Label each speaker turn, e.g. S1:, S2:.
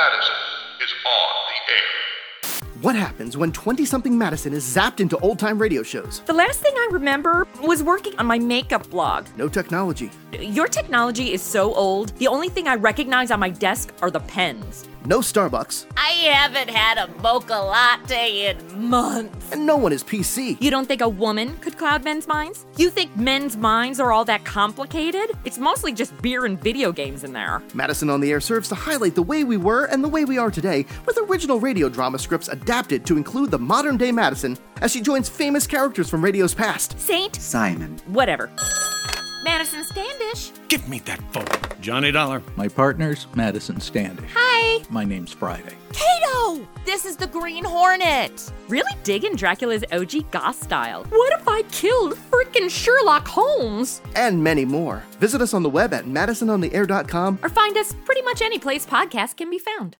S1: Madison is on the air.
S2: What happens when 20 something Madison is zapped into old time radio shows?
S3: The last thing I remember was working on my makeup blog.
S2: No technology,
S3: Your technology is so old, the only thing I recognize on my desk are the pens.
S2: no Starbucks,
S3: I haven't had a mocha latte in months.
S2: and no one is PC.
S3: You don't think a woman could cloud men's minds? You think men's minds are all that complicated? It's mostly just beer and video games in there.
S2: Madison on the Air serves to highlight the way we were and the way we are today with original radio drama scripts adapted to include the modern day Madison as she joins famous characters from radio's past.
S3: Saint,
S4: Simon.
S3: whatever. Madison Standish.
S5: Give me that phone. Johnny Dollar.
S4: My partner's Madison Standish.
S3: Hi.
S4: My name's Friday.
S3: Kato! This is the Green Hornet. Really digging Dracula's OG goth style. What if I killed freaking Sherlock Holmes?
S2: And many more. Visit us on the web at madisonontheair.com
S3: Or find us pretty much any place podcasts can be found.